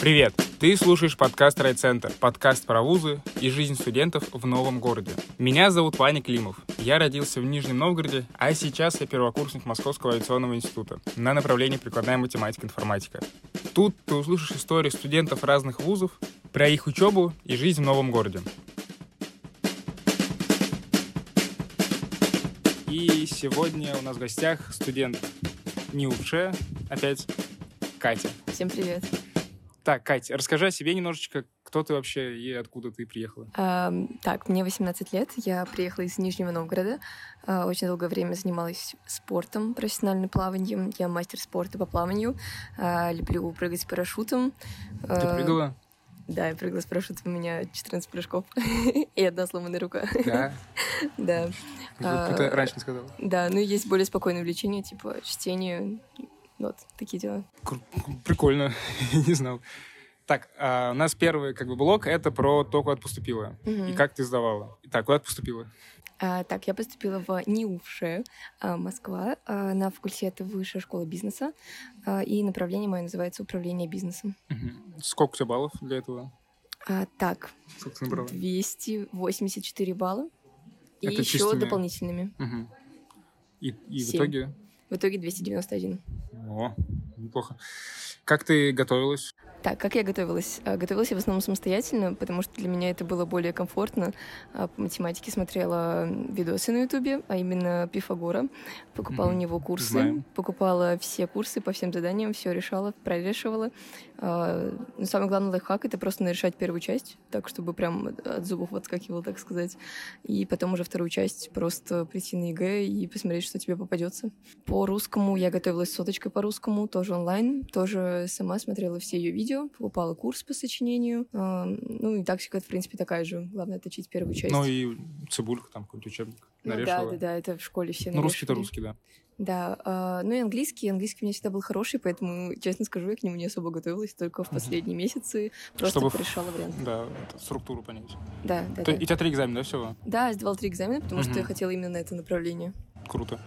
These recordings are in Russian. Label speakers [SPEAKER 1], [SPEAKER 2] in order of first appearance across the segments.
[SPEAKER 1] Привет! Ты слушаешь подкаст «Райцентр», подкаст про вузы и жизнь студентов в новом городе. Меня зовут Ваня Климов. Я родился в Нижнем Новгороде, а сейчас я первокурсник Московского авиационного института на направлении прикладная математика информатика. Тут ты услышишь истории студентов разных вузов, про их учебу и жизнь в новом городе. И сегодня у нас в гостях студент Ниуше, А, опять Катя.
[SPEAKER 2] Всем привет.
[SPEAKER 1] Так, Катя, расскажи о себе немножечко, кто ты вообще и откуда ты приехала.
[SPEAKER 2] Эм, так, мне 18 лет, я приехала из Нижнего Новгорода. Э, очень долгое время занималась спортом, профессиональным плаванием. Я мастер спорта по плаванию. Э, люблю прыгать с парашютом.
[SPEAKER 1] Ты
[SPEAKER 2] Э,
[SPEAKER 1] прыгала?
[SPEAKER 2] Да, я прыгала с парашютом, у меня 14 прыжков и одна сломанная рука.
[SPEAKER 1] Да.
[SPEAKER 2] да.
[SPEAKER 1] Как будто
[SPEAKER 2] А.
[SPEAKER 1] раньше не сказала.
[SPEAKER 2] Да, ну и есть более спокойные увлечения, типа чтение, вот такие дела.
[SPEAKER 1] Кру- Прикольно, не знал. Так, а, у нас первый как бы блок это про то, куда ты поступила и
[SPEAKER 2] Мгм.
[SPEAKER 1] как ты сдавала. Так, куда ты поступила?
[SPEAKER 2] А, так, я поступила в НИУФШЕ, а, Москва, а, на факультет Высшая школа бизнеса, а, и направление мое называется «Управление бизнесом».
[SPEAKER 1] Мгм. Сколько у тебя баллов для этого?
[SPEAKER 2] А, так,
[SPEAKER 1] Сколько ты набрала?
[SPEAKER 2] 284 балла, и
[SPEAKER 1] Это
[SPEAKER 2] еще
[SPEAKER 1] чистыми?
[SPEAKER 2] дополнительными.
[SPEAKER 1] Мгм. И, и в
[SPEAKER 2] Семь.
[SPEAKER 1] итоге?
[SPEAKER 2] В итоге 291.
[SPEAKER 1] О, неплохо. Как ты готовилась?
[SPEAKER 2] Так, как я готовилась? А, Готовилась я в основном самостоятельно, потому что для меня это было более комфортно. А, По математике смотрела видосы на Ютубе, а именно Пифагора. Покупала
[SPEAKER 1] Мгм.
[SPEAKER 2] у него курсы,
[SPEAKER 1] Знаем.
[SPEAKER 2] покупала все курсы по всем заданиям, все решала, прорешивала. А, Но самый главный лайфхак — это просто нарешать первую часть, так, чтобы прям от зубов отскакивало, так сказать. И потом уже вторую часть просто прийти на ЕГЭ и посмотреть, что тебе попадется. По русскому я готовилась соточкой по русскому, тоже онлайн, тоже сама смотрела все ее видео, покупала курс по сочинению. А, Ну и тактика, в принципе, такая же. Главное точить первую часть.
[SPEAKER 1] Ну и цибульку там, какой-нибудь учебник
[SPEAKER 2] Ну да,
[SPEAKER 1] нарешала.
[SPEAKER 2] да, да, это в школе все
[SPEAKER 1] Ну, русский-то
[SPEAKER 2] нарешивали.
[SPEAKER 1] русский, да.
[SPEAKER 2] Да, а, ну и английский. Английский у меня всегда был хороший, поэтому, честно скажу, я к нему не особо готовилась, только в
[SPEAKER 1] Мгм.
[SPEAKER 2] последние месяцы просто
[SPEAKER 1] Чтобы в-
[SPEAKER 2] решала вариант.
[SPEAKER 1] Да, это, структуру понять.
[SPEAKER 2] Да, да,
[SPEAKER 1] Ты-
[SPEAKER 2] да.
[SPEAKER 1] и у тебя три экзамена, да, всего?
[SPEAKER 2] Да, я сдавала три экзамена, потому что
[SPEAKER 1] Мгм.
[SPEAKER 2] я хотела именно на это направление.
[SPEAKER 1] Круто.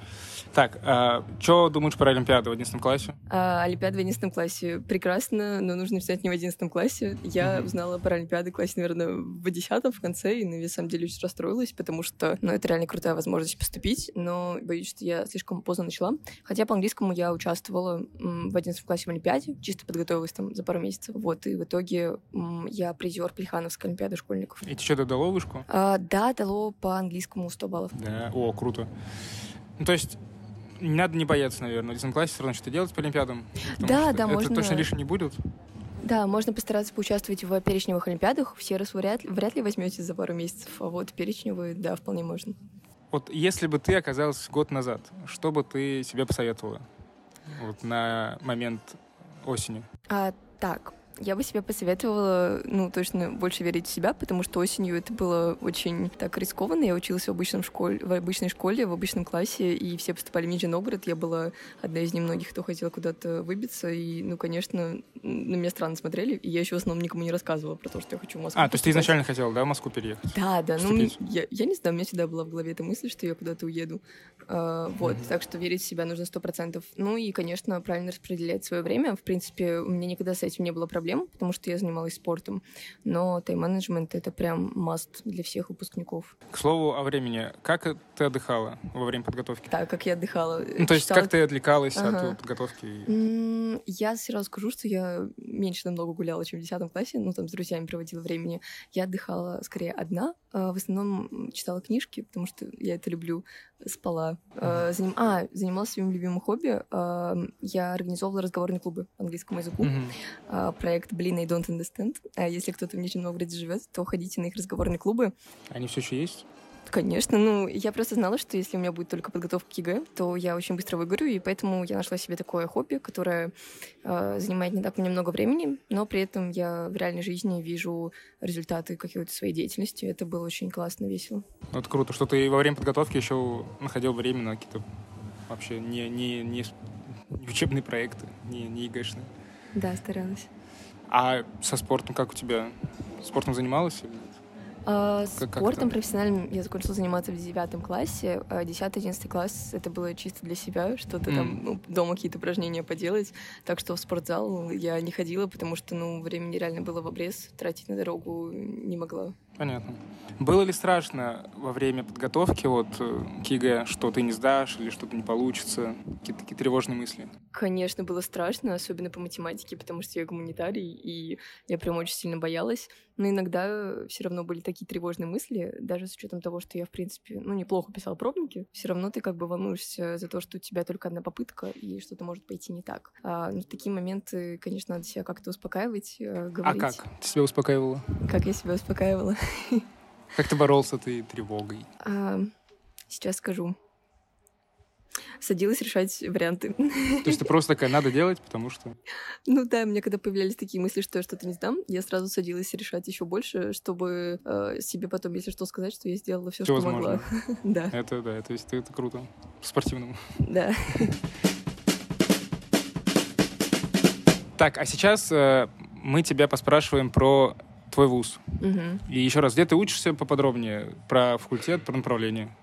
[SPEAKER 1] Так, а, что думаешь про Олимпиаду в 11 классе?
[SPEAKER 2] А, Олимпиада в 11 классе прекрасно, но нужно писать не в 11 классе. Я
[SPEAKER 1] Мгм.
[SPEAKER 2] узнала про Олимпиады в классе, наверное, в 10 в конце, и на самом деле очень расстроилась, потому что, ну, это реально крутая возможность поступить, но боюсь, что я слишком поздно начала. Хотя по английскому я участвовала м, в 11 классе в Олимпиаде, чисто подготовилась там за пару месяцев. Вот, и в итоге м, я призер Плехановской Олимпиады школьников.
[SPEAKER 1] И ты что-то дало вышку?
[SPEAKER 2] А, да, дало по английскому 100 баллов.
[SPEAKER 1] Да. О, круто. Ну, то есть, не надо не бояться, наверное, в 11 классе все равно что-то делать по Олимпиадам. потому
[SPEAKER 2] Да,
[SPEAKER 1] что
[SPEAKER 2] да,
[SPEAKER 1] это
[SPEAKER 2] можно.
[SPEAKER 1] точно лишним не будет.
[SPEAKER 2] Да, можно постараться поучаствовать в перечневых олимпиадах. В раз вряд, вряд ли возьмете за пару месяцев, а вот перечневые, да, вполне можно.
[SPEAKER 1] Вот если бы ты оказалась год назад, что бы ты себе посоветовала? Вот на момент осени.
[SPEAKER 2] А, так, я бы себе посоветовала, ну, точно больше верить в себя, потому что осенью это было очень так рискованно. Я училась в, обычном школе, в обычной школе, в обычном классе, и все поступали в Нижний Новгород. Я была одна из немногих, кто хотел куда-то выбиться, и, ну, конечно, м, на меня странно смотрели, и я еще в основном никому не рассказывала про то, что я хочу в Москву
[SPEAKER 1] А, то есть ты
[SPEAKER 2] поступать.
[SPEAKER 1] изначально хотела, да, в Москву переехать?
[SPEAKER 2] Да, да, ну м,
[SPEAKER 1] поступить.
[SPEAKER 2] я, я не знаю, у меня всегда была в голове эта мысль, что я куда-то уеду. А, вот, так что верить в себя нужно сто процентов. Ну и, конечно, правильно распределять свое время. В принципе, у меня никогда с этим не было проблем, потому что я занималась спортом. Но тайм-менеджмент это прям must для всех выпускников.
[SPEAKER 1] К слову о времени. Как ты отдыхала во время подготовки?
[SPEAKER 2] Так, как я отдыхала.
[SPEAKER 1] Ну, то есть,
[SPEAKER 2] читала
[SPEAKER 1] как ты отвлекалась
[SPEAKER 2] Ага.
[SPEAKER 1] от э, подготовки?
[SPEAKER 2] М, Я сразу скажу, что я меньше намного гуляла, чем в 10 классе, ну, там, с друзьями проводила времени. Я отдыхала скорее одна, а, в основном м, читала книжки, потому что я это люблю, спала. А, заним- А, занималась своим любимым хобби. А, Я организовывала разговорные клубы по английскому языку.
[SPEAKER 1] Мгм.
[SPEAKER 2] А, Проект «Блин, I don't understand». А Если кто-то в Нижнем Новгороде живет, то ходите на их разговорные клубы.
[SPEAKER 1] Они все еще есть?
[SPEAKER 2] Конечно, ну я просто знала, что если у меня будет только подготовка к ЕГЭ, то я очень быстро выиграю, и поэтому я нашла себе такое хобби, которое э, занимает не так мне много времени, но при этом я в реальной жизни вижу результаты какой-то своей деятельности. Это было очень классно, весело.
[SPEAKER 1] Ну, это круто, что ты во время подготовки еще находил время на какие-то вообще не, не, не, с- не учебные проекты, не, не ЕГЭшные.
[SPEAKER 2] Да, старалась.
[SPEAKER 1] А со спортом как у тебя? Спортом занималась или нет?
[SPEAKER 2] А,
[SPEAKER 1] Как- как
[SPEAKER 2] спортом
[SPEAKER 1] там?
[SPEAKER 2] профессиональным я закончила заниматься в девятом классе. а Десятый-одиннадцатый класс это было чисто для себя, что-то
[SPEAKER 1] Мгм.
[SPEAKER 2] там ну, дома какие-то упражнения поделать. Так что в спортзал я не ходила, потому что ну времени реально было в обрез, тратить на дорогу не могла.
[SPEAKER 1] Понятно. Было ли страшно во время подготовки вот э, к ЕГЭ, что ты не сдашь или что-то не получится? Какие-то такие тревожные мысли?
[SPEAKER 2] Конечно, было страшно, особенно по математике, потому что я гуманитарий, и я прям очень сильно боялась. Но иногда все равно были такие тревожные мысли, даже с учетом того, что я, в принципе, ну, неплохо писала пробники, все равно ты как бы волнуешься за то, что у тебя только одна попытка, и что-то может пойти не так. А, ну, в такие моменты, конечно, надо себя как-то успокаивать, э, говорить,
[SPEAKER 1] А как? Ты себя успокаивала?
[SPEAKER 2] как я себя успокаивала.
[SPEAKER 1] Как ты боролся с этой тревогой?
[SPEAKER 2] А, сейчас скажу. Садилась решать варианты.
[SPEAKER 1] То есть ты просто такая, надо делать, потому что...
[SPEAKER 2] Ну да, у меня когда появлялись такие мысли, что я что-то не сдам, я сразу садилась решать еще больше, чтобы э, себе потом, если что, сказать, что я сделала все,
[SPEAKER 1] Всё
[SPEAKER 2] что могла. Да,
[SPEAKER 1] Это, да, то есть это круто. По-спортивному.
[SPEAKER 2] да.
[SPEAKER 1] Так, а сейчас э, мы тебя поспрашиваем про твой вуз.
[SPEAKER 2] Мгм.
[SPEAKER 1] И еще раз, где ты учишься поподробнее? Про факультет, про направление.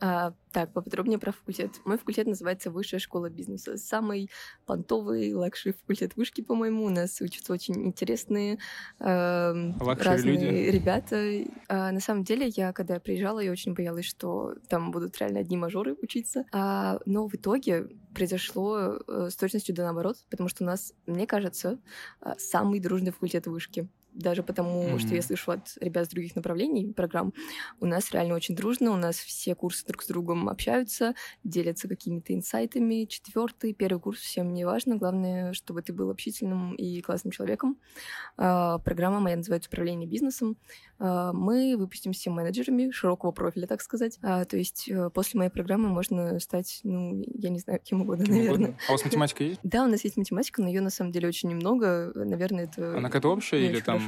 [SPEAKER 2] А, так, поподробнее про факультет. Мой факультет называется Высшая школа бизнеса. Самый понтовый, лакшери факультет вышки, по-моему. У нас учатся очень интересные эм,
[SPEAKER 1] Лакшери
[SPEAKER 2] разные
[SPEAKER 1] люди.
[SPEAKER 2] ребята. А, на самом деле, я когда приезжала, я очень боялась, что там будут реально одни мажоры учиться. А, но в итоге произошло э, с точностью да наоборот, потому что у нас, мне кажется, а, самый дружный факультет вышки. Даже потому, что
[SPEAKER 1] Мгм.
[SPEAKER 2] я слышу от ребят с других направлений программ, у нас реально очень дружно, у нас все курсы друг с другом общаются, делятся какими-то инсайтами. Четвертый, первый курс всем не важно. Главное, чтобы ты был общительным и классным человеком. А, Программа моя называется «Управление бизнесом». А, Мы выпустимся менеджерами широкого профиля, так сказать. А, То есть э, после моей программы можно стать, ну, я не знаю, кем угодно,
[SPEAKER 1] Кому
[SPEAKER 2] наверное.
[SPEAKER 1] угодно. А у вас математика есть?
[SPEAKER 2] Да, у нас есть математика, но ее на самом деле очень немного. Наверное, это...
[SPEAKER 1] Она какая-то общая
[SPEAKER 2] Не
[SPEAKER 1] или
[SPEAKER 2] очень
[SPEAKER 1] там...
[SPEAKER 2] хорошо.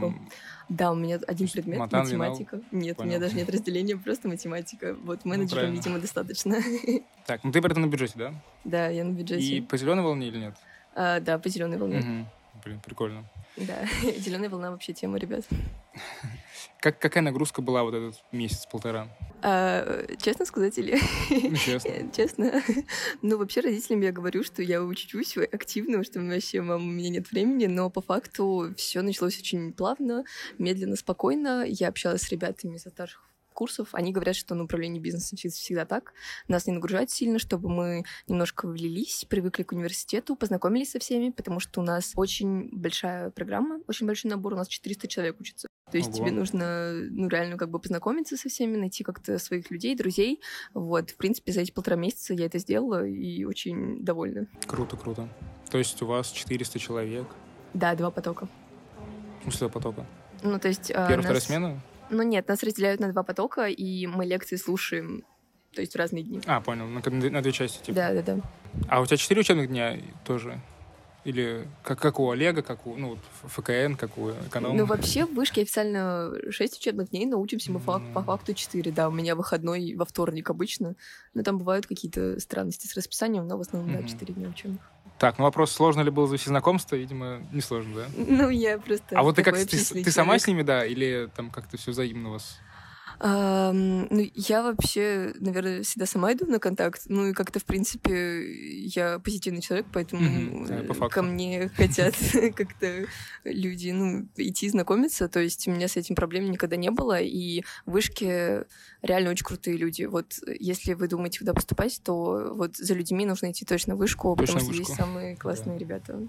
[SPEAKER 2] Да, у меня один предмет
[SPEAKER 1] Матан, Винал?
[SPEAKER 2] математика. Нет, у меня
[SPEAKER 1] Понял. Ну,
[SPEAKER 2] даже нет разделения, просто математика. Вот менеджером,
[SPEAKER 1] правильно.
[SPEAKER 2] видимо, достаточно.
[SPEAKER 1] Так, ну ты при этом на бюджете, да?
[SPEAKER 2] Да, я на
[SPEAKER 1] И
[SPEAKER 2] бюджете.
[SPEAKER 1] по зеленой волне или нет?
[SPEAKER 2] А, Да, по зеленой волне.
[SPEAKER 1] Мгм. Блин, прикольно.
[SPEAKER 2] Да, зеленая волна вообще тема, ребят.
[SPEAKER 1] Как, какая нагрузка была вот этот месяц-полтора?
[SPEAKER 2] А, Честно сказать или
[SPEAKER 1] Ну, честно.
[SPEAKER 2] Э, Честно. Ну, вообще, родителям я говорю, что я учусь активно, что вообще, мам, у меня нет времени, но по факту все началось очень плавно, медленно, спокойно. Я общалась с ребятами со старших курсов, они говорят, что на управлении бизнесом всегда, всегда так. Нас не нагружают сильно, чтобы мы немножко влились, привыкли к университету, познакомились со всеми, потому что у нас очень большая программа, очень большой набор, у нас 400 человек учатся. То есть
[SPEAKER 1] Ого.
[SPEAKER 2] тебе нужно, ну, реально как бы познакомиться со всеми, найти как-то своих людей, друзей, вот, в принципе, за эти полтора месяца я это сделала и очень довольна.
[SPEAKER 1] Круто, круто. То есть у вас 400 человек.
[SPEAKER 2] Да, два потока.
[SPEAKER 1] В смысле потока?
[SPEAKER 2] Ну, то есть... а,
[SPEAKER 1] Первая, вторая
[SPEAKER 2] нас-
[SPEAKER 1] смена?
[SPEAKER 2] Ну нет, нас разделяют на два потока, и мы лекции слушаем, то есть в разные дни.
[SPEAKER 1] А, понял. На, на две части, типа.
[SPEAKER 2] Да, да, да.
[SPEAKER 1] А у тебя 4 учебных дня тоже? Или как, как у Олега, как у ну, вот Ф- ФКН, как у эконома?
[SPEAKER 2] Ну, вообще, в вышке официально 6 учебных дней, но учимся мы фак- по
[SPEAKER 1] М.
[SPEAKER 2] факту 4. Да, у меня выходной во вторник обычно, но там бывают какие-то странности с расписанием, но в основном, да,
[SPEAKER 1] Мгм.
[SPEAKER 2] 4 дня учебных.
[SPEAKER 1] Так, ну вопрос, сложно ли было завести знакомство? Видимо, не сложно, да?
[SPEAKER 2] Ну, я просто...
[SPEAKER 1] а вот ты как,
[SPEAKER 2] такой
[SPEAKER 1] ты, с-
[SPEAKER 2] общительный
[SPEAKER 1] ты сама
[SPEAKER 2] человек.
[SPEAKER 1] с ними, да, или там как-то все взаимно у вас?
[SPEAKER 2] Ам, Ну, я вообще, наверное, всегда сама иду на контакт. Ну, и как-то, в принципе, я позитивный человек, поэтому
[SPEAKER 1] Мгм, да, по
[SPEAKER 2] э,
[SPEAKER 1] факту.
[SPEAKER 2] ко мне хотят как-то люди, ну, идти знакомиться. То есть у меня с этим проблем никогда не было. И в вышке реально очень крутые люди. Вот э, если вы думаете, куда поступать, то вот за людьми нужно идти точно в вышку,
[SPEAKER 1] Точно
[SPEAKER 2] потому
[SPEAKER 1] в
[SPEAKER 2] что
[SPEAKER 1] вышку.
[SPEAKER 2] здесь самые классные ребята.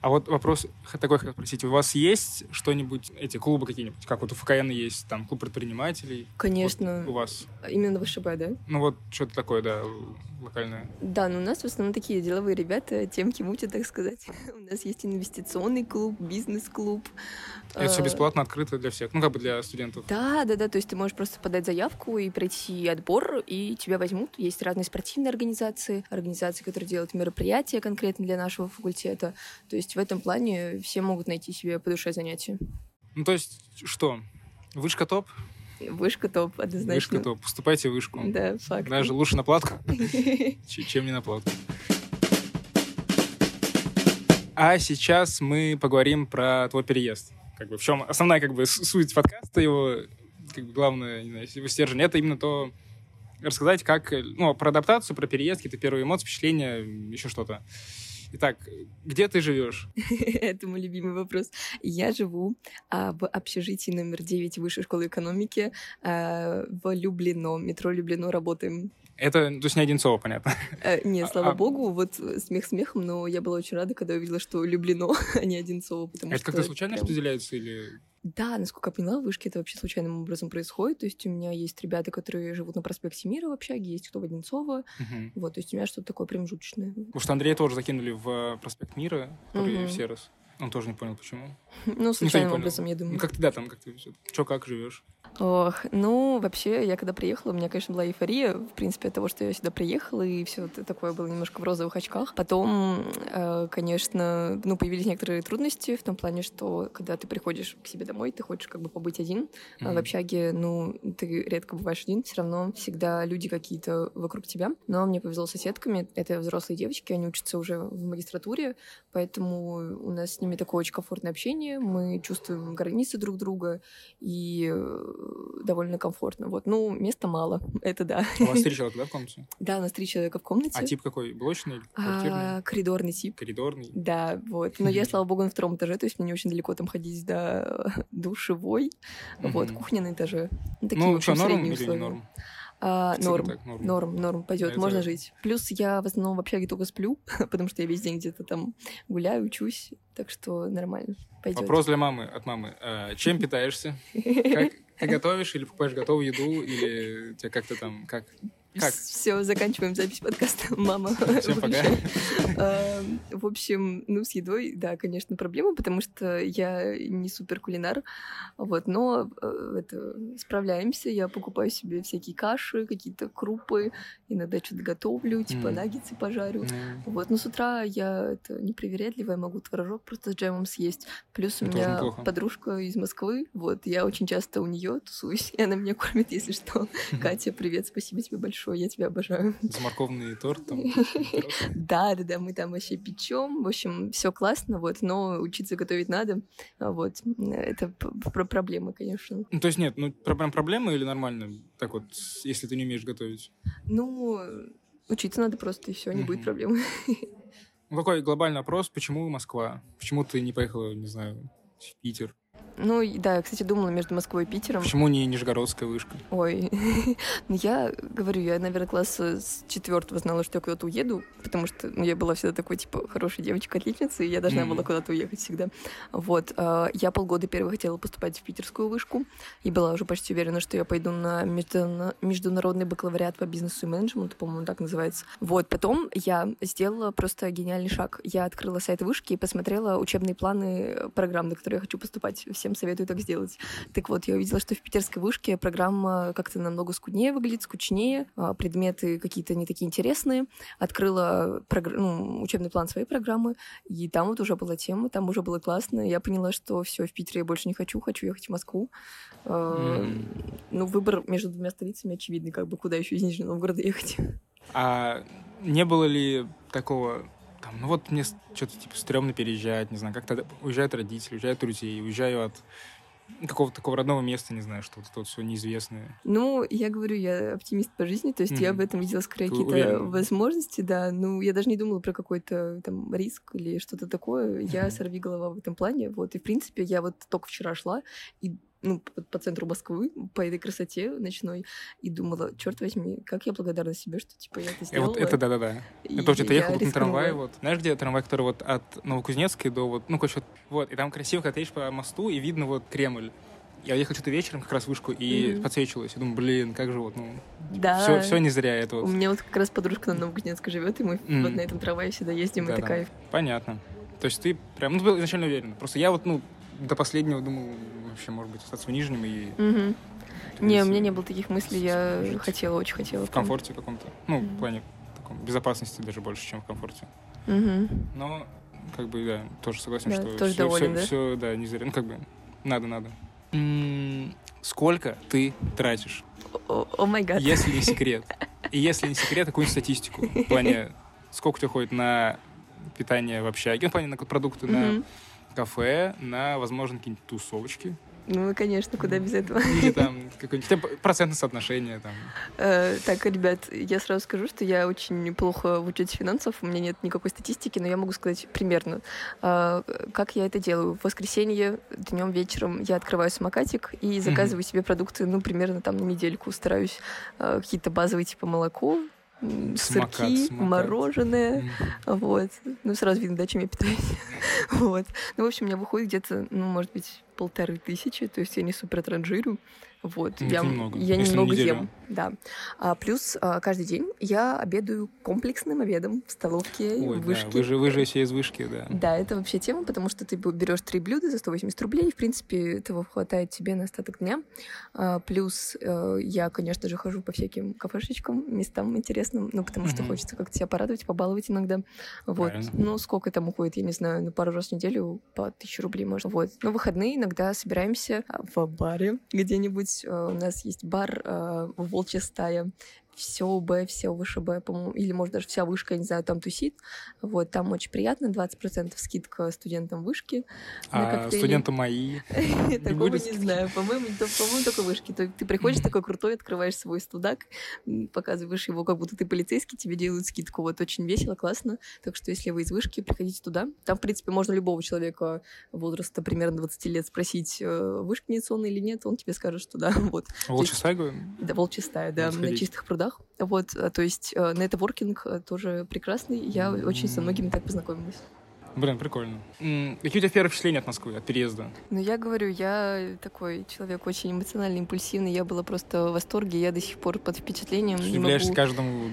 [SPEAKER 1] А вот вопрос х- такой хотел спросить. У вас есть что-нибудь, эти клубы какие-нибудь, как вот у ФКН есть там клуб предпринимателей?
[SPEAKER 2] Конечно,
[SPEAKER 1] У вас?
[SPEAKER 2] именно в ВШБ, да?
[SPEAKER 1] Ну вот что-то такое, да, л- локальное.
[SPEAKER 2] Да, но у нас в основном такие деловые ребята, темки мутят, так сказать. У нас есть инвестиционный клуб, бизнес-клуб.
[SPEAKER 1] Это все
[SPEAKER 2] Э,
[SPEAKER 1] бесплатно, открыто для всех. Ну, как бы для студентов.
[SPEAKER 2] Да, да, да, то есть ты можешь просто подать заявку и пройти отбор, и тебя возьмут. Есть разные спортивные организации, организации, которые делают мероприятия конкретно для нашего факультета. То есть в этом плане все могут найти себе по душе занятия.
[SPEAKER 1] Ну, то есть, что? Вышка топ?
[SPEAKER 2] Вышка топ, однозначно.
[SPEAKER 1] Вышка топ. Поступайте в вышку.
[SPEAKER 2] Да, факт.
[SPEAKER 1] Даже лучше на платку, ч- чем не на платку. А сейчас мы поговорим про твой переезд. Как бы в чем основная как бы с- суть подкаста его как бы главное, не знаю, если вы стержень, это именно то, рассказать, как, ну, про адаптацию, про переезд, какие-то первые эмоции, впечатления, еще что-то. Итак, где ты живешь?
[SPEAKER 2] Это мой любимый вопрос. Я живу а, в общежитии номер 9 Высшей школы экономики а, в Люблино, метро Люблино работаем.
[SPEAKER 1] Это, то есть не Одинцово, понятно.
[SPEAKER 2] Э, не, слава
[SPEAKER 1] А- а-
[SPEAKER 2] богу, вот смех смехом, но я была очень рада, когда увидела, что Люблино, а не Одинцово. Потому
[SPEAKER 1] это
[SPEAKER 2] что
[SPEAKER 1] как-то случайно
[SPEAKER 2] прям-
[SPEAKER 1] распределяется или...
[SPEAKER 2] Да, насколько я поняла, в вышке это вообще случайным образом происходит. То есть у меня есть ребята, которые живут на проспекте Мира в общаге, есть кто в Одинцово.
[SPEAKER 1] Мгм.
[SPEAKER 2] Вот, то есть у меня что-то такое промежуточное.
[SPEAKER 1] Потому что Андрея тоже закинули в э, проспект Мира, который
[SPEAKER 2] Мгм.
[SPEAKER 1] в Серос. Он тоже не понял, почему.
[SPEAKER 2] Ну, случайным
[SPEAKER 1] понял.
[SPEAKER 2] образом, я
[SPEAKER 1] Ну,
[SPEAKER 2] думаю.
[SPEAKER 1] как ты, да, там, как ты, чё, как живешь?
[SPEAKER 2] Ох, ну, вообще, я когда приехала, у меня, конечно, была эйфория, в принципе, от того, что я сюда приехала, и все такое было немножко в розовых очках. Потом, э, конечно, ну, появились некоторые трудности в том плане, что когда ты приходишь к себе домой, ты хочешь как бы побыть один, а в общаге, ну, ты редко бываешь один, все равно всегда люди какие-то вокруг тебя. Но мне повезло с соседками, это взрослые девочки, они учатся уже в магистратуре, поэтому у нас с ними такое очень комфортное общение, мы чувствуем границы друг друга, и э, довольно комфортно. Вот, ну, места мало, это да.
[SPEAKER 1] У вас три человека, да, в комнате?
[SPEAKER 2] Да, у нас три человека в комнате.
[SPEAKER 1] А тип какой? Блочный, или квартирный,
[SPEAKER 2] А, коридорный тип.
[SPEAKER 1] коридорный?
[SPEAKER 2] Да, вот. Но я, слава богу, на втором этаже, то есть мне не очень далеко там ходить до душевой. Вот,
[SPEAKER 1] Мгм.
[SPEAKER 2] кухня на этаже. Ну, такие, в
[SPEAKER 1] Ну,
[SPEAKER 2] общем,
[SPEAKER 1] что, норм
[SPEAKER 2] средние
[SPEAKER 1] или не
[SPEAKER 2] условия.
[SPEAKER 1] норм?
[SPEAKER 2] А,
[SPEAKER 1] В целом
[SPEAKER 2] норм.
[SPEAKER 1] так, норм.
[SPEAKER 2] Норм, норм, пойдет,
[SPEAKER 1] Это-
[SPEAKER 2] можно жить. Плюс я в основном в общаге только сплю, потому что я весь день где-то там гуляю, учусь, так что нормально, пойдет.
[SPEAKER 1] Вопрос для мамы, от мамы. А, чем питаешься? Как ты готовишь или покупаешь готовую еду? Или тебя как-то там, как? Как?
[SPEAKER 2] Все, заканчиваем запись подкаста. Мама.
[SPEAKER 1] Всем пока.
[SPEAKER 2] выключай. Э, В общем, ну, с едой, да, конечно, проблема, потому что я не супер кулинар, вот, но э, это, справляемся, я покупаю себе всякие каши, какие-то крупы, иногда что-то готовлю, типа
[SPEAKER 1] Мгм.
[SPEAKER 2] наггетсы пожарю.
[SPEAKER 1] Ну,
[SPEAKER 2] Вот, но с утра я это непривередливая, могу творожок просто с джемом съесть. Плюс у
[SPEAKER 1] Это
[SPEAKER 2] меня
[SPEAKER 1] очень плохо.
[SPEAKER 2] подружка из Москвы, вот, я очень часто у нее тусуюсь, и она меня кормит, если что. Катя, привет, спасибо тебе большое, я тебя обожаю.
[SPEAKER 1] Заморковный торт там.
[SPEAKER 2] Да, да, да, мы там вообще печем. В общем, все классно, вот, но учиться готовить надо. а, Вот, это п- про проблемы, конечно.
[SPEAKER 1] Ну, то есть нет, ну, про- прям проблема или нормально? Так вот, если ты не умеешь готовить.
[SPEAKER 2] Ну, учиться надо просто, и все, не будет
[SPEAKER 1] Мгм.
[SPEAKER 2] проблем.
[SPEAKER 1] Ну, какой глобальный опрос, почему Москва? Почему ты не поехала, не знаю, в Питер?
[SPEAKER 2] Ну, и да, я, кстати, думала между Москвой и Питером.
[SPEAKER 1] Почему не Нижегородская вышка?
[SPEAKER 2] Ой, ну я говорю, я, наверное, класса с четвертого знала, что я куда-то уеду, потому что ну, я была всегда такой, типа, хорошей девочкой отличницей и я должна
[SPEAKER 1] Мгм.
[SPEAKER 2] была куда-то уехать всегда. Вот, а, я полгода первой хотела поступать в питерскую вышку, и была уже почти уверена, что я пойду на междуна- международный бакалавриат по бизнесу и менеджменту, по-моему, так называется. Вот, потом я сделала просто гениальный шаг. Я открыла сайт вышки и посмотрела учебные планы программ, на которые я хочу поступать. Всем советую так сделать. Так вот, я увидела, что в питерской вышке программа как-то намного скуднее выглядит, скучнее, а, предметы какие-то не такие интересные. Открыла прогр- ну, учебный план своей программы, и там вот уже была тема, там уже было классно. Я поняла, что все, в Питере я больше не хочу, хочу ехать в Москву. Э,
[SPEAKER 1] М.
[SPEAKER 2] Ну, выбор между двумя столицами очевидный, как бы куда еще из Нижнего Новгорода ехать.
[SPEAKER 1] А не было ли такого, там, ну вот мне что-то типа стрёмно переезжать, не знаю, как-то уезжают родители, уезжают друзей, уезжаю от какого-то такого родного места, не знаю, что вот это все неизвестное.
[SPEAKER 2] Ну, я говорю, я оптимист по жизни, то есть я в
[SPEAKER 1] Мгм.
[SPEAKER 2] этом видела
[SPEAKER 1] Ты
[SPEAKER 2] скорее какие-то
[SPEAKER 1] уверена?
[SPEAKER 2] возможности, да. Ну, я даже не думала про какой-то там риск или что-то такое. Я
[SPEAKER 1] Мгм.
[SPEAKER 2] сорви голова в этом плане. Вот, и в принципе, я вот только вчера шла и ну, по, по центру Москвы, по этой красоте ночной, и думала, черт возьми, как я благодарна себе, что типа я это
[SPEAKER 1] И
[SPEAKER 2] сделала.
[SPEAKER 1] вот это да-да-да.
[SPEAKER 2] и
[SPEAKER 1] Я тоже где-то
[SPEAKER 2] я
[SPEAKER 1] ехал вот на
[SPEAKER 2] рискнула.
[SPEAKER 1] трамвае, вот. Знаешь, где трамвай, который вот от Новокузнецкой до вот, ну, короче, вот, вот, и там красиво, когда ты едешь по мосту, и видно вот Кремль. Я ехал что-то вечером как раз в вышку, и
[SPEAKER 2] Мгм. А,
[SPEAKER 1] подсвечивалось. Я думаю, блин, как же вот, ну,
[SPEAKER 2] Да.
[SPEAKER 1] все, все не зря это
[SPEAKER 2] У
[SPEAKER 1] вот.
[SPEAKER 2] меня вот как раз подружка на Новокузнецке живет, и мы
[SPEAKER 1] М.
[SPEAKER 2] вот на этом трамвае всегда ездим, и
[SPEAKER 1] Да-да.
[SPEAKER 2] такая
[SPEAKER 1] Понятно. То есть ты прям, ну, ты был изначально уверен. Просто я вот, ну, до последнего думал, вообще, может быть, остаться в Нижнем и...
[SPEAKER 2] Мгм. Не, у меня не
[SPEAKER 1] было.
[SPEAKER 2] было таких мыслей, я
[SPEAKER 1] э, жить
[SPEAKER 2] хотела, очень хотела.
[SPEAKER 1] В комфорте каком-то. Ну,
[SPEAKER 2] Мгм.
[SPEAKER 1] в плане таком безопасности даже больше, чем в комфорте.
[SPEAKER 2] Мгм.
[SPEAKER 1] Но, как бы, да, тоже согласен,
[SPEAKER 2] Да,
[SPEAKER 1] что
[SPEAKER 2] тоже
[SPEAKER 1] все,
[SPEAKER 2] доволен, да?
[SPEAKER 1] не зря. Ну, как бы, надо, надо. М, Сколько ты тратишь,
[SPEAKER 2] О- О май гад.
[SPEAKER 1] если не секрет? И если не секрет, какую-нибудь статистику. В плане, сколько у тебя ходит на питание в общаге, ну, в плане на продукты, на
[SPEAKER 2] Мгм.
[SPEAKER 1] кафе, на, возможно, какие-нибудь тусовочки.
[SPEAKER 2] Ну, конечно, куда без этого.
[SPEAKER 1] Или там какое-нибудь хотя бы процентное соотношение там.
[SPEAKER 2] Э, Так, ребят, я сразу скажу, что я очень плохо в учете финансов, у меня нет никакой статистики, но я могу сказать примерно, э, как я это делаю. В воскресенье днем вечером я открываю самокатик и заказываю себе продукты, ну, примерно там на недельку стараюсь. э, Какие-то базовые типа молоко, м,
[SPEAKER 1] Самокат,
[SPEAKER 2] сырки,
[SPEAKER 1] самокат.
[SPEAKER 2] мороженое,
[SPEAKER 1] М.
[SPEAKER 2] вот. Ну, сразу видно, да, чем я питаюсь. вот. Ну, в общем, у меня выходит где-то, ну, может быть, полторы тысячи, то есть я не супер транжирую. Вот.
[SPEAKER 1] Ну,
[SPEAKER 2] я
[SPEAKER 1] это много,
[SPEAKER 2] я
[SPEAKER 1] если на
[SPEAKER 2] немного
[SPEAKER 1] неделю.
[SPEAKER 2] ем. Да. А, плюс а, каждый день я обедаю комплексным обедом в столовке,
[SPEAKER 1] Ой,
[SPEAKER 2] в
[SPEAKER 1] да,
[SPEAKER 2] вышке.
[SPEAKER 1] вы же, вы же все из вышки, да.
[SPEAKER 2] Да, это вообще тема, потому что ты бу- берешь три блюда за 180 рублей, и, в принципе, этого хватает тебе на остаток дня. А, Плюс э, я, конечно же, хожу по всяким кафешечкам, местам интересным, ну, потому что
[SPEAKER 1] Мгм.
[SPEAKER 2] хочется как-то себя порадовать, побаловать иногда. Вот.
[SPEAKER 1] Правильно.
[SPEAKER 2] Ну, сколько там уходит, я не знаю, ну, пару раз в неделю по тысячу рублей можно. Вот. Но в выходные иногда собираемся в баре где-нибудь. Э, У нас есть бар э, «Волчья стая». Все Б, все выше Б, по-моему, или, может, даже вся вышка, я не знаю, там тусит. Вот, там очень приятно, 20% скидка студентам вышки. на
[SPEAKER 1] А
[SPEAKER 2] коктейли.
[SPEAKER 1] студенты мои.
[SPEAKER 2] Я Такого
[SPEAKER 1] будет
[SPEAKER 2] не
[SPEAKER 1] скидки.
[SPEAKER 2] знаю, по-моему, то- по-моему, только вышки. То- Ты приходишь такой крутой, открываешь свой студак, м, показываешь его, как будто ты полицейский, тебе делают скидку. Вот очень весело, классно. Так что, если вы из вышки, приходите туда. Там, в принципе, можно любого человека возраста примерно 20 лет спросить, э, вышкинец он или нет, он тебе скажет, что да, вот.
[SPEAKER 1] Волчья сага.
[SPEAKER 2] Да, волчья стая, да,
[SPEAKER 1] Надо
[SPEAKER 2] на
[SPEAKER 1] сходить.
[SPEAKER 2] чистых прудах. Вот, а, то есть э, нетворкинг э, тоже прекрасный. Я очень со многими так познакомилась.
[SPEAKER 1] Блин, прикольно. М, Какие у тебя первые впечатления от Москвы, от переезда?
[SPEAKER 2] Ну, я говорю, я такой человек очень эмоциональный, импульсивный. Я была просто в восторге. Я до сих пор под впечатлением.
[SPEAKER 1] Ты
[SPEAKER 2] не
[SPEAKER 1] Удивляешься
[SPEAKER 2] могу- А.
[SPEAKER 1] каждому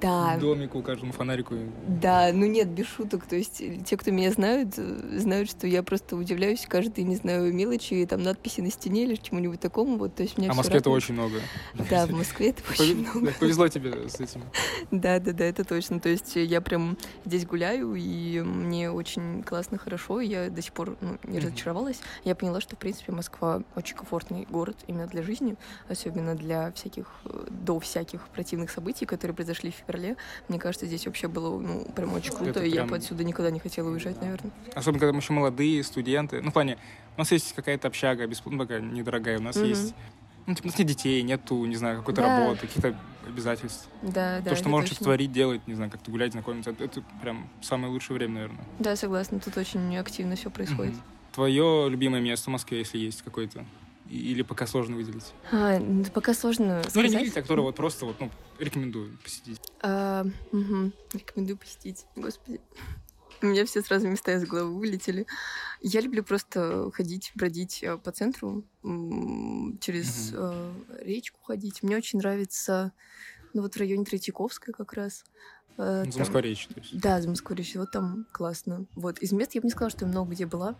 [SPEAKER 2] Да,
[SPEAKER 1] домику, каждому фонарику.
[SPEAKER 2] да, ну нет, без шуток. То есть э, те, кто меня знают, э, знают, что я просто удивляюсь каждой, не знаю, мелочи, там надписи на стене или чему-нибудь такому. Вот, то есть меня
[SPEAKER 1] А в
[SPEAKER 2] всё
[SPEAKER 1] Москве это
[SPEAKER 2] радует.
[SPEAKER 1] очень много.
[SPEAKER 2] Да, в Москве это очень
[SPEAKER 1] Пове-
[SPEAKER 2] много.
[SPEAKER 1] да, Повезло тебе с этим.
[SPEAKER 2] Да, да, да, это точно. То есть э, я прям здесь гуляю, и мне очень классно, хорошо. и Я до сих пор ну, не
[SPEAKER 1] Мгм.
[SPEAKER 2] разочаровалась. Я поняла, что, в принципе, Москва очень комфортный город именно для жизни, особенно для всяких, э, до всяких противных событий, которые произошли в феврале. Мне кажется, здесь вообще было, ну, прям очень круто,
[SPEAKER 1] Это
[SPEAKER 2] и я
[SPEAKER 1] прям-
[SPEAKER 2] бы отсюда никогда не хотела уезжать, наверное.
[SPEAKER 1] Особенно, когда мы еще молодые, студенты. Ну, в плане, у нас есть какая-то общага, бесп- ну, такая недорогая, у нас
[SPEAKER 2] Мгм.
[SPEAKER 1] есть... Ну, типа, у нас нет детей, нету, не знаю, какой-то
[SPEAKER 2] Да.
[SPEAKER 1] работы, каких-то обязательств.
[SPEAKER 2] Да, да.
[SPEAKER 1] То, что
[SPEAKER 2] это
[SPEAKER 1] можно
[SPEAKER 2] точно.
[SPEAKER 1] что-то творить, делать, не знаю, как-то гулять, знакомиться, это- это прям самое лучшее время, наверное.
[SPEAKER 2] Да, согласна, тут очень активно все происходит.
[SPEAKER 1] Твое любимое место в Москве, если есть какое-то? И- Или пока сложно выделить?
[SPEAKER 2] А, ну, пока
[SPEAKER 1] Ну,
[SPEAKER 2] сложно
[SPEAKER 1] или не
[SPEAKER 2] сказать.
[SPEAKER 1] выделить, а которое вот просто вот, ну, рекомендую посетить.
[SPEAKER 2] А, мгм. Рекомендую посетить. Господи. У меня все сразу места из головы вылетели. Я люблю просто ходить, бродить э, по центру, м, через
[SPEAKER 1] Мгм.
[SPEAKER 2] э, речку ходить. Мне очень нравится, ну вот в районе Третьяковской как раз. э,
[SPEAKER 1] За
[SPEAKER 2] там-
[SPEAKER 1] Москворечье, то есть.
[SPEAKER 2] да, за Москворечье, вот там классно. Вот, из мест я бы не сказала, что я много где была.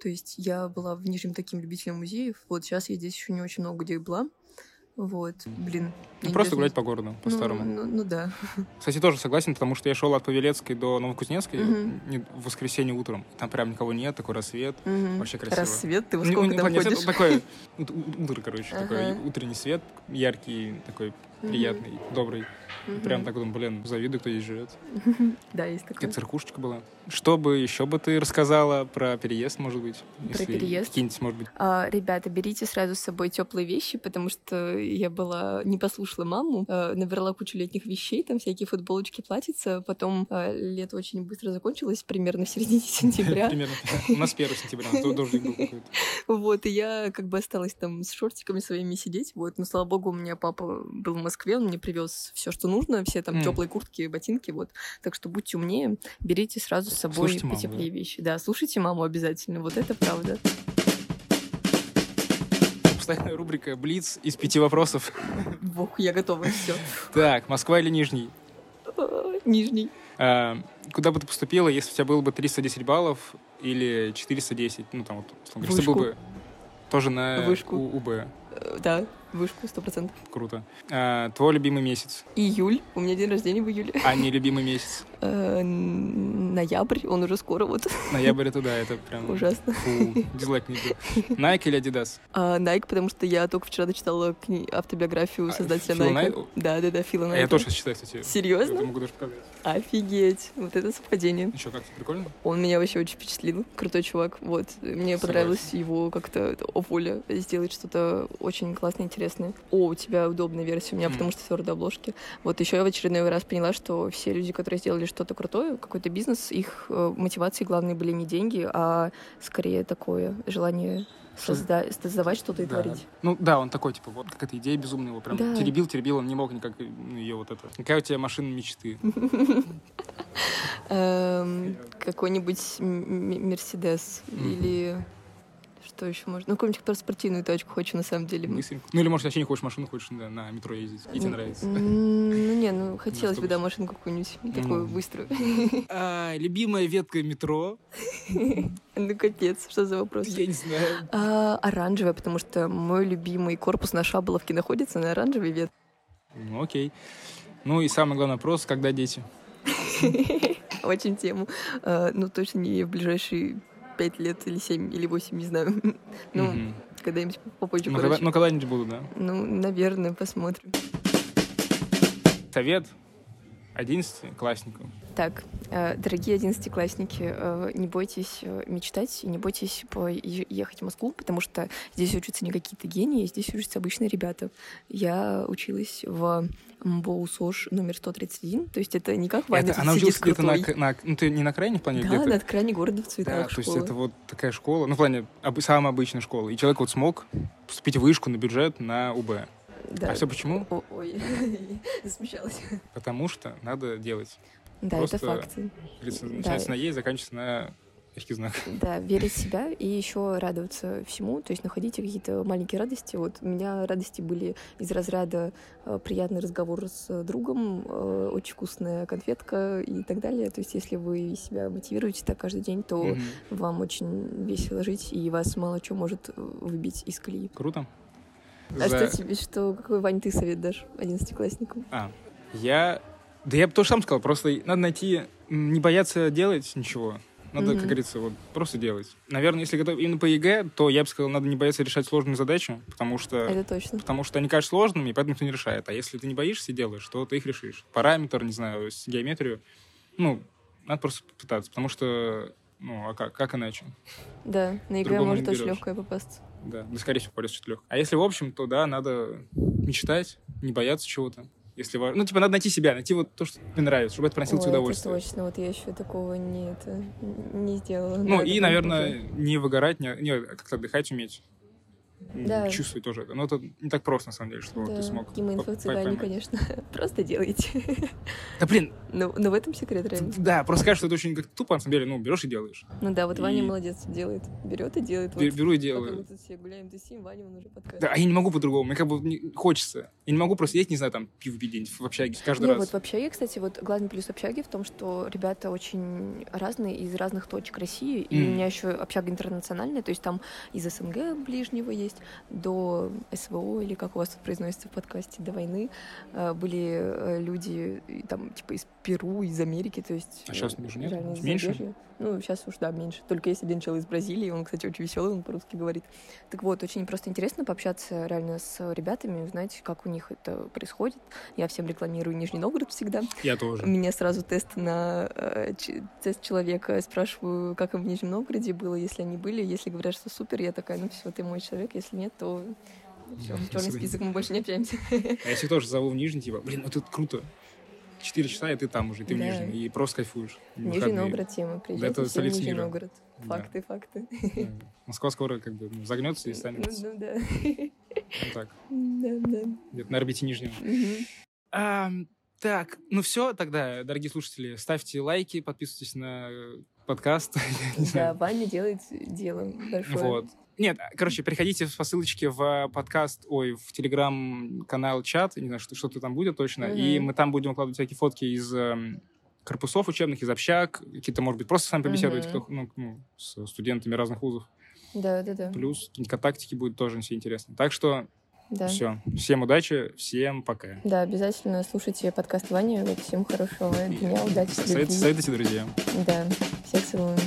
[SPEAKER 2] То есть я была в Нижнем таким любителем музеев. Вот сейчас я здесь еще не очень много где была. Вот, блин. я
[SPEAKER 1] Ну,
[SPEAKER 2] не
[SPEAKER 1] просто
[SPEAKER 2] даже не
[SPEAKER 1] гулять по городу,
[SPEAKER 2] ну,
[SPEAKER 1] по-старому.
[SPEAKER 2] ну, ну да.
[SPEAKER 1] Кстати, тоже согласен, потому что я шел от Павелецкой до Новокузнецкой
[SPEAKER 2] Мгм.
[SPEAKER 1] не- в воскресенье утром. Там прям никого нет, такой рассвет.
[SPEAKER 2] Мгм.
[SPEAKER 1] Вообще красиво.
[SPEAKER 2] Рассвет, ты во
[SPEAKER 1] Ну,
[SPEAKER 2] сколько
[SPEAKER 1] ну,
[SPEAKER 2] там
[SPEAKER 1] нет,
[SPEAKER 2] ходишь?
[SPEAKER 1] это Такое ут- у- утро, короче,
[SPEAKER 2] Ага.
[SPEAKER 1] такой утренний свет, яркий, такой
[SPEAKER 2] Мгм.
[SPEAKER 1] приятный, добрый.
[SPEAKER 2] Мгм.
[SPEAKER 1] Прям так, думаю, блин, завидую, кто здесь живет.
[SPEAKER 2] Да, есть такое.
[SPEAKER 1] Какая-то циркушечка была. Что бы еще бы ты рассказала про переезд, может быть?
[SPEAKER 2] Про переезд?
[SPEAKER 1] Какие-нибудь, может быть,
[SPEAKER 2] А, ребята, берите сразу с собой теплые вещи, потому что я была не послушала маму, э, набрала кучу летних вещей, там всякие футболочки, платьица, потом э, лето очень быстро закончилось, примерно в середине сентября.
[SPEAKER 1] примерно. У нас 1 сентября, у нас д- дождик был какой-то.
[SPEAKER 2] Вот, и я как бы осталась там с шортиками своими сидеть. Вот, но слава богу, у меня папа был в Москве, он мне привез все, что нужно, все там
[SPEAKER 1] М.
[SPEAKER 2] теплые куртки, ботинки. Вот. Так что будьте умнее, берите сразу с собой
[SPEAKER 1] Слушайте маму,
[SPEAKER 2] потеплее вещи. Да, слушайте маму обязательно. Вот это правда.
[SPEAKER 1] Постоянная рубрика «Блиц» из пяти вопросов.
[SPEAKER 2] Бог, я готова, все.
[SPEAKER 1] Так, Москва или Нижний?
[SPEAKER 2] Нижний.
[SPEAKER 1] А, Куда бы ты поступила, если у тебя было бы 310 баллов или 410? Ну, там вот, условно говоря, если был бы
[SPEAKER 2] Вышку.
[SPEAKER 1] тоже на
[SPEAKER 2] Вышку.
[SPEAKER 1] У- УБ.
[SPEAKER 2] Э, Да, вышку сто процентов.
[SPEAKER 1] Круто. А, Твой любимый месяц,
[SPEAKER 2] Июль. У меня день рождения в июле.
[SPEAKER 1] а не любимый месяц.
[SPEAKER 2] Э, э, ноябрь, он уже скоро вот.
[SPEAKER 1] Ноябрь это да, это прям...
[SPEAKER 2] Ужасно.
[SPEAKER 1] Фу, дизлайк не был. Nike или Adidas?
[SPEAKER 2] А Nike, потому что я только вчера дочитала кни- автобиографию создателя
[SPEAKER 1] А, Фила
[SPEAKER 2] Nike.
[SPEAKER 1] Най-
[SPEAKER 2] Да, да, да, Фила
[SPEAKER 1] А
[SPEAKER 2] Найка.
[SPEAKER 1] Я тоже сейчас читаю, кстати.
[SPEAKER 2] Ну, Серьезно?
[SPEAKER 1] Это могу даже показать.
[SPEAKER 2] Офигеть, вот это совпадение.
[SPEAKER 1] Ну что, как тебе прикольно?
[SPEAKER 2] Он меня вообще очень впечатлил. Крутой чувак. Вот. Мне
[SPEAKER 1] Согласен.
[SPEAKER 2] понравилось его как-то воля сделать что-то очень классное, интересное. О, у тебя удобная версия у меня,
[SPEAKER 1] Мгм.
[SPEAKER 2] потому что твердые обложки. Вот еще я в очередной раз поняла, что все люди, которые сделали что-то крутое, какой-то бизнес, их э, мотивацией главной были не деньги, а скорее такое желание созда- создавать что-то и
[SPEAKER 1] Да.
[SPEAKER 2] творить.
[SPEAKER 1] Ну да, он такой, типа, вот какая-то идея безумная, его прям
[SPEAKER 2] Да.
[SPEAKER 1] теребил, теребил, он не мог никак ну, ее вот это. Какая у тебя машина мечты?
[SPEAKER 2] Эм, какой-нибудь м- м- Мерседес
[SPEAKER 1] Мгм.
[SPEAKER 2] или что еще можно? Ну, какую-нибудь просто спортивную тачку хочу на самом деле.
[SPEAKER 1] Быстренько. Ну или, может, вообще не хочешь машину, хочешь да, на метро ездить, и тебе
[SPEAKER 2] М,
[SPEAKER 1] нравится.
[SPEAKER 2] м, Ну, не, ну, хотелось бы,
[SPEAKER 1] автобусе.
[SPEAKER 2] да, машинку какую-нибудь такую
[SPEAKER 1] Мгм.
[SPEAKER 2] быструю.
[SPEAKER 1] А, любимая ветка метро?
[SPEAKER 2] Ну, капец, что за вопрос?
[SPEAKER 1] Я не знаю.
[SPEAKER 2] А, Оранжевая, потому что мой любимый корпус на Шаболовке находится на оранжевой ветке.
[SPEAKER 1] Ну окей. Ну и самый главный вопрос, когда дети?
[SPEAKER 2] Очень тему. А, Ну, точно не в ближайшие пять лет или семь или восемь, не знаю. Ну,
[SPEAKER 1] Мгм.
[SPEAKER 2] когда-нибудь попозже,
[SPEAKER 1] Ну, когда-
[SPEAKER 2] короче.
[SPEAKER 1] ну, когда-нибудь буду, да.
[SPEAKER 2] Ну, наверное, посмотрим.
[SPEAKER 1] Совет 11 классникам.
[SPEAKER 2] Так, э, дорогие одиннадцатиклассники, э, не бойтесь э, мечтать и не бойтесь по- е- ехать в Москву, потому что здесь учатся не какие-то гении, здесь учатся обычные ребята. Я училась в МБОУ СОЖ номер 131, то есть это не как Ваня
[SPEAKER 1] Это
[SPEAKER 2] тут
[SPEAKER 1] она
[SPEAKER 2] сидит
[SPEAKER 1] училась где-то на,
[SPEAKER 2] крутой.
[SPEAKER 1] к- на- Ну, ты не на крайней в плане
[SPEAKER 2] Да,
[SPEAKER 1] где-то?
[SPEAKER 2] на окраине города в
[SPEAKER 1] Да,
[SPEAKER 2] цветах
[SPEAKER 1] то есть
[SPEAKER 2] школа.
[SPEAKER 1] это вот такая школа, ну, в плане об- самая обычная школа. И человек вот смог поступить в вышку на бюджет на УБ.
[SPEAKER 2] Да.
[SPEAKER 1] А все почему?
[SPEAKER 2] О- Ой, засмущалась.
[SPEAKER 1] Потому что надо делать.
[SPEAKER 2] Да,
[SPEAKER 1] Просто-
[SPEAKER 2] это факты.
[SPEAKER 1] Как говорится,
[SPEAKER 2] Да.
[SPEAKER 1] Начинается на Е и заканчивается на мягкий знак.
[SPEAKER 2] Да, верить в себя и еще радоваться всему, то есть находите какие-то маленькие радости. Вот у меня радости были из разряда э, приятный разговор с э, другом, э, очень вкусная конфетка и так далее. То есть если вы себя мотивируете так каждый день, то
[SPEAKER 1] Мгм.
[SPEAKER 2] вам очень весело жить, и вас мало чего может э, выбить из колеи.
[SPEAKER 1] Круто.
[SPEAKER 2] А
[SPEAKER 1] За-
[SPEAKER 2] что тебе, что, какой, Вань, ты совет дашь одиннадцатиклассникам?
[SPEAKER 1] А, я... Да я бы тоже сам сказал, просто надо найти, м, не бояться делать ничего. Надо,
[SPEAKER 2] Мгм.
[SPEAKER 1] как говорится, вот просто делать. Наверное, если готов именно по ЕГЭ, то я бы сказал, надо не бояться решать сложные задачи, потому что,
[SPEAKER 2] Это точно.
[SPEAKER 1] потому что они кажутся сложными, и поэтому ты не решает. А если ты не боишься и делаешь, то ты их решишь. Параметр, не знаю, с- геометрию. Ну, надо просто пытаться, потому что, ну, а как, как иначе?
[SPEAKER 2] Да, на ЕГЭ
[SPEAKER 1] По-другому
[SPEAKER 2] может
[SPEAKER 1] не
[SPEAKER 2] очень
[SPEAKER 1] берешь.
[SPEAKER 2] легкое попасться.
[SPEAKER 1] Да, ну, скорее всего, полез четырех. А если в общем, то да, надо мечтать, не бояться чего-то. Если важно. Ну, типа, надо найти себя, найти вот то, что тебе нравится, чтобы это приносило
[SPEAKER 2] Ой,
[SPEAKER 1] тебе
[SPEAKER 2] это
[SPEAKER 1] удовольствие.
[SPEAKER 2] точно, вот я еще такого не, это, не сделала.
[SPEAKER 1] Ну,
[SPEAKER 2] Надо
[SPEAKER 1] и,
[SPEAKER 2] будет
[SPEAKER 1] наверное, не выгорать, не, не как-то отдыхать уметь. М,
[SPEAKER 2] Да.
[SPEAKER 1] Чувствовать тоже это. Но это не так просто, на самом деле, что
[SPEAKER 2] Да,
[SPEAKER 1] ты смог.
[SPEAKER 2] и мы
[SPEAKER 1] по- по- поймать.
[SPEAKER 2] конечно. Просто делайте.
[SPEAKER 1] Да, блин,
[SPEAKER 2] Но, но в этом секрет реально.
[SPEAKER 1] да, просто кажется, что это очень как тупо, на самом деле, ну, берешь и делаешь.
[SPEAKER 2] Ну да, вот
[SPEAKER 1] И-
[SPEAKER 2] Ваня молодец, делает. Берет и делает.
[SPEAKER 1] Бе-
[SPEAKER 2] Вот.
[SPEAKER 1] Беру и
[SPEAKER 2] Пока мы
[SPEAKER 1] делаю.
[SPEAKER 2] тут все гуляем, тусим, Ваня, он уже подкаст.
[SPEAKER 1] Да, а я не могу по-другому, мне как бы не- хочется. Я не могу просто есть, не знаю, там, пиво пить где-нибудь в общаге каждый
[SPEAKER 2] Не,
[SPEAKER 1] раз.
[SPEAKER 2] вот в общаге, кстати, вот главный плюс общаги в том, что ребята очень разные из разных точек России. И
[SPEAKER 1] Мгм.
[SPEAKER 2] у меня еще общага интернациональная, то есть там из СНГ ближнего есть до СВО, или как у вас тут произносится в подкасте, до войны. Э, Были э, люди и там типа из Перу, из Америки, то есть...
[SPEAKER 1] А щас
[SPEAKER 2] э,
[SPEAKER 1] уже нет?
[SPEAKER 2] реально из
[SPEAKER 1] Меньше?
[SPEAKER 2] зарубежья. Ну, сейчас уж, да, меньше. Только есть один человек из Бразилии, он, кстати, очень веселый, он по-русски говорит. Так вот, очень просто интересно пообщаться реально с ребятами, узнать, как у них это происходит. Я всем рекламирую Нижний Новгород всегда.
[SPEAKER 1] Я тоже.
[SPEAKER 2] У меня сразу тест на э, ч- тест человека. Спрашиваю, как им в Нижнем Новгороде было, если они были. Если говорят, что супер, я такая, ну все, ты мой человек. Если нет, то все,
[SPEAKER 1] Мгм.
[SPEAKER 2] черный список, мы больше не общаемся.
[SPEAKER 1] А я всех тоже зову в Нижний, типа, блин, ну тут круто. Четыре часа, и ты там уже, и ты
[SPEAKER 2] Да.
[SPEAKER 1] в Нижнем, и просто кайфуешь. В
[SPEAKER 2] Нижний
[SPEAKER 1] выходные.
[SPEAKER 2] Новгород тема. Приезжайте
[SPEAKER 1] Ну, это
[SPEAKER 2] все в
[SPEAKER 1] столица
[SPEAKER 2] Нижний
[SPEAKER 1] мира.
[SPEAKER 2] Новгород.
[SPEAKER 1] Да.
[SPEAKER 2] Факты, факты.
[SPEAKER 1] Да. Москва скоро как бы ну, загнется и
[SPEAKER 2] Ну,
[SPEAKER 1] станет
[SPEAKER 2] ну да.
[SPEAKER 1] вот так,
[SPEAKER 2] Да, да.
[SPEAKER 1] где-то на орбите Нижнего.
[SPEAKER 2] Мгм.
[SPEAKER 1] Ам, так, ну все тогда, дорогие слушатели, ставьте лайки, подписывайтесь на э, подкаст. Я не
[SPEAKER 2] Да,
[SPEAKER 1] знаю.
[SPEAKER 2] Ваня делает дело большое.
[SPEAKER 1] Вот. Нет, а, короче, переходите по ссылочке в подкаст, ой, в телеграм-канал чат, не знаю, что- что-то там будет точно,
[SPEAKER 2] Мгм.
[SPEAKER 1] и мы там будем выкладывать всякие фотки из эм, корпусов учебных, из общак, какие-то, может быть, просто сами побеседовать,
[SPEAKER 2] Мгм.
[SPEAKER 1] кто- ну, ну, с студентами разных вузов.
[SPEAKER 2] Да, да, да.
[SPEAKER 1] Плюс какие-то тактики будет тоже все интересно. Так что
[SPEAKER 2] Да.
[SPEAKER 1] Все. Всем удачи, всем пока.
[SPEAKER 2] Да, обязательно слушайте подкаст Вани. Вот, Всем хорошего дня, удачи. с
[SPEAKER 1] Совет-
[SPEAKER 2] людьми.
[SPEAKER 1] Советуйте друзьям.
[SPEAKER 2] Да, всех целую.